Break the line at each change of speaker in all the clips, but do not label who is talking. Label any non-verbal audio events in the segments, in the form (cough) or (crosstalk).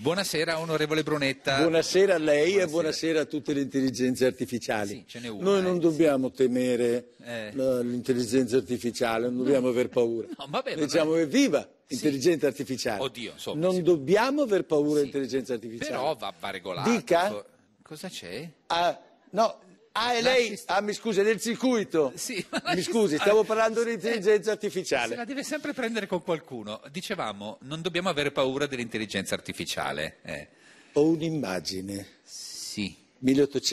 Buonasera onorevole Brunetta.
Buonasera a lei
Buonasera.
e buonasera a tutte le intelligenze artificiali.
Sì, ce n'è una,
Noi non
eh,
dobbiamo temere
Eh.
la- l'intelligenza artificiale, non dobbiamo aver paura.
No, vabbè, vabbè.
diciamo evviva intelligenza artificiale.
Oddio, insomma,
non
sì.
dobbiamo aver paura
Sì.
dell'intelligenza artificiale.
Però va, va regolato.
Dica.
Co- Cosa c'è?
Ah, no. Ah, è
Lasci
lei?
sta-
Ah, mi scusi, è del circuito.
Sì, ma
mi
lasci
scusi,
stare.
stavo parlando di intelligenza
Se la
artificiale.
deve sempre prendere con qualcuno. Dicevamo, non dobbiamo avere paura dell'intelligenza artificiale. Eh,
Ho un'immagine,
sì,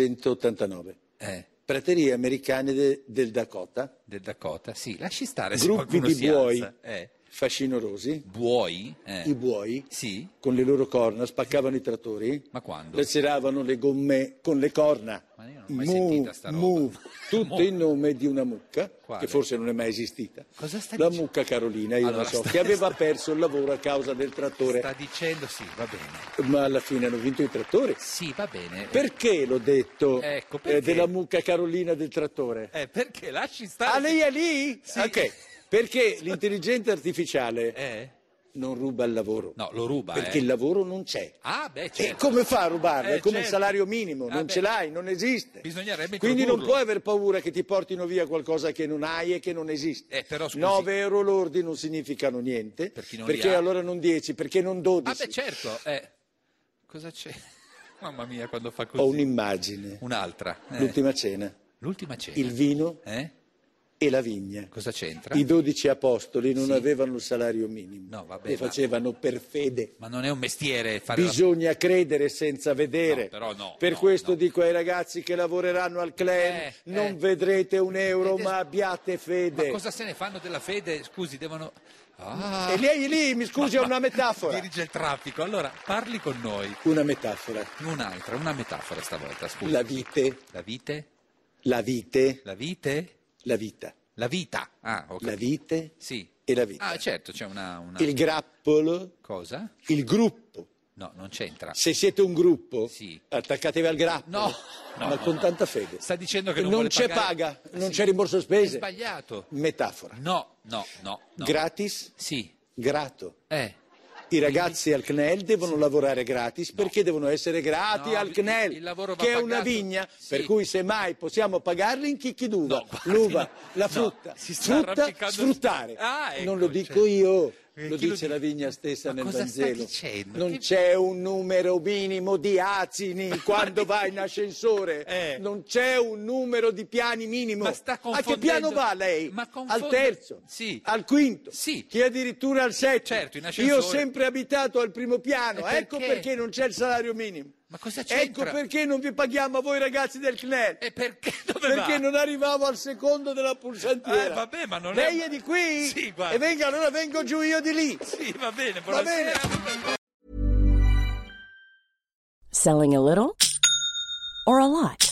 1889.
eh,
Praterie americane de- del Dakota,
del Dakota. Eh Sì, lasci stare se
gruppi
qualcuno
di
si
buoi
alza. Eh,
fascinorosi,
buoi? Eh,
i buoi
Sì,
con le loro corna spaccavano i trattori,
ma quando?
laceravano le gomme con le corna.
Ma io non ho mai
Mu,
sentita sta roba.
mu, tutto
Mu.
in nome di una mucca
Quale?
che forse non è mai esistita.
Cosa stai
La
dicendo?
mucca Carolina, io
Allora,
lo so,
sta-
che aveva
sta-
perso il lavoro a causa del trattore,
Sta dicendo sì, va bene.
ma alla fine hanno vinto i trattori.
Sì, va bene.
Perché l'ho detto
Ecco,
eh,
perché?
della mucca Carolina del trattore?
Eh, perché lasci stare?
Ah, lei è lì?
Sì.
Ok, perché l'intelligenza artificiale
Eh?
non ruba il lavoro.
No, lo ruba.
Perché
eh.
il lavoro non c'è.
Ah, beh,
E
certo.
come fa a rubarlo?
Eh,
è come il
certo.
salario minimo,
Ah,
non
beh.
ce l'hai, non esiste.
Bisognerebbe
Quindi non
introdurlo.
puoi aver paura che ti portino via qualcosa che non hai e che non esiste.
Eh, però, scusi.
9 euro lordi non significano niente,
Per chi non li
perché
ha.
allora non 10, perché non 12.
Ah, beh, certo. eh. Cosa c'è? (laughs) Mamma mia, quando fa certo, così.
Ho un'immagine,
Un'altra. eh.
l'ultima cena,
L'ultima cena.
il vino
Eh?
e la vigna.
Cosa c'entra?
I dodici apostoli non
Sì.
avevano il salario minimo,
No, vabbè,
lo
ma-
facevano per fede.
Ma non è un mestiere fare la-
Bisogna credere senza vedere.
No, però no,
per
no,
questo
no.
dico ai ragazzi che lavoreranno al CLEM,
Eh,
non
eh.
vedrete un euro,
Ed è-
ma abbiate fede.
Ma cosa se ne fanno della fede? Scusi, devono... Ah.
E lei lì, mi scusi, è una metafora.
(laughs) Dirige il traffico. Allora, parli con noi.
Una metafora.
Un'altra, una metafora stavolta, scusi.
La vite,
La vite?
la vite,
La vite?
la vita.
La vita. Ah, ok.
La vite
Sì.
e la vita.
Ah, certo, c'è una... una...
Il grappolo,
Cosa?
il gruppo.
No, non c'entra.
Se siete un gruppo,
Ah. Sì.
attaccatevi al grappolo,
No, no,
ma
no,
con
no.
tanta fede.
Sta dicendo che non,
Non
vuole
c'è
pagare.
paga, non c'è rimborso spese.
È sbagliato.
Metafora.
No, no, no. no.
Gratis,
Sì.
grato.
Eh.
I ragazzi al CNEL devono lavorare gratis perché devono essere grati
No,
al
il-
CNEL,
il lavoro va
che è una
pagato.
vigna,
Sì.
per cui semmai possiamo pagarli in chicchi d'uva,
No, guardi,
l'uva,
no,
la
no,
frutta,
si sta
frutta,
arrampicando-
sfruttare.
Ah, ecco,
non lo
cioè-
dico io,
Eh,
lo
chi lo
dice
dice?
la vigna stessa
Ma
nel
cosa sta
Vangelo.
dicendo?
Non
Che-
c'è un numero minimo di acini quando vai in ascensore,
Eh.
non c'è un numero di piani minimo.
Ma sta
A che piano
confondendo-
va lei?
Ma
Al
confonde-
terzo?
Sì.
Al quinto?
Sì.
Chi addirittura al settimo?
Certo, in
Io ho
ascensore.
sempre abitato al primo piano,
E
ecco
perché?
perché non c'è il salario minimo.
Ma cosa
Ecco
c'entra?
perché non vi paghiamo a voi ragazzi del CNEL.
E perché (laughs) dove
Perché
va?
non arrivavo al secondo della pulsantiera.
Eh, vabbè, ma non è-
Lei è di qui?
Sì, guarda.
E venga, allora vengo giù io di lì.
Sì, va bene,
Va bene.
buonasera.
Selling a little or a lot?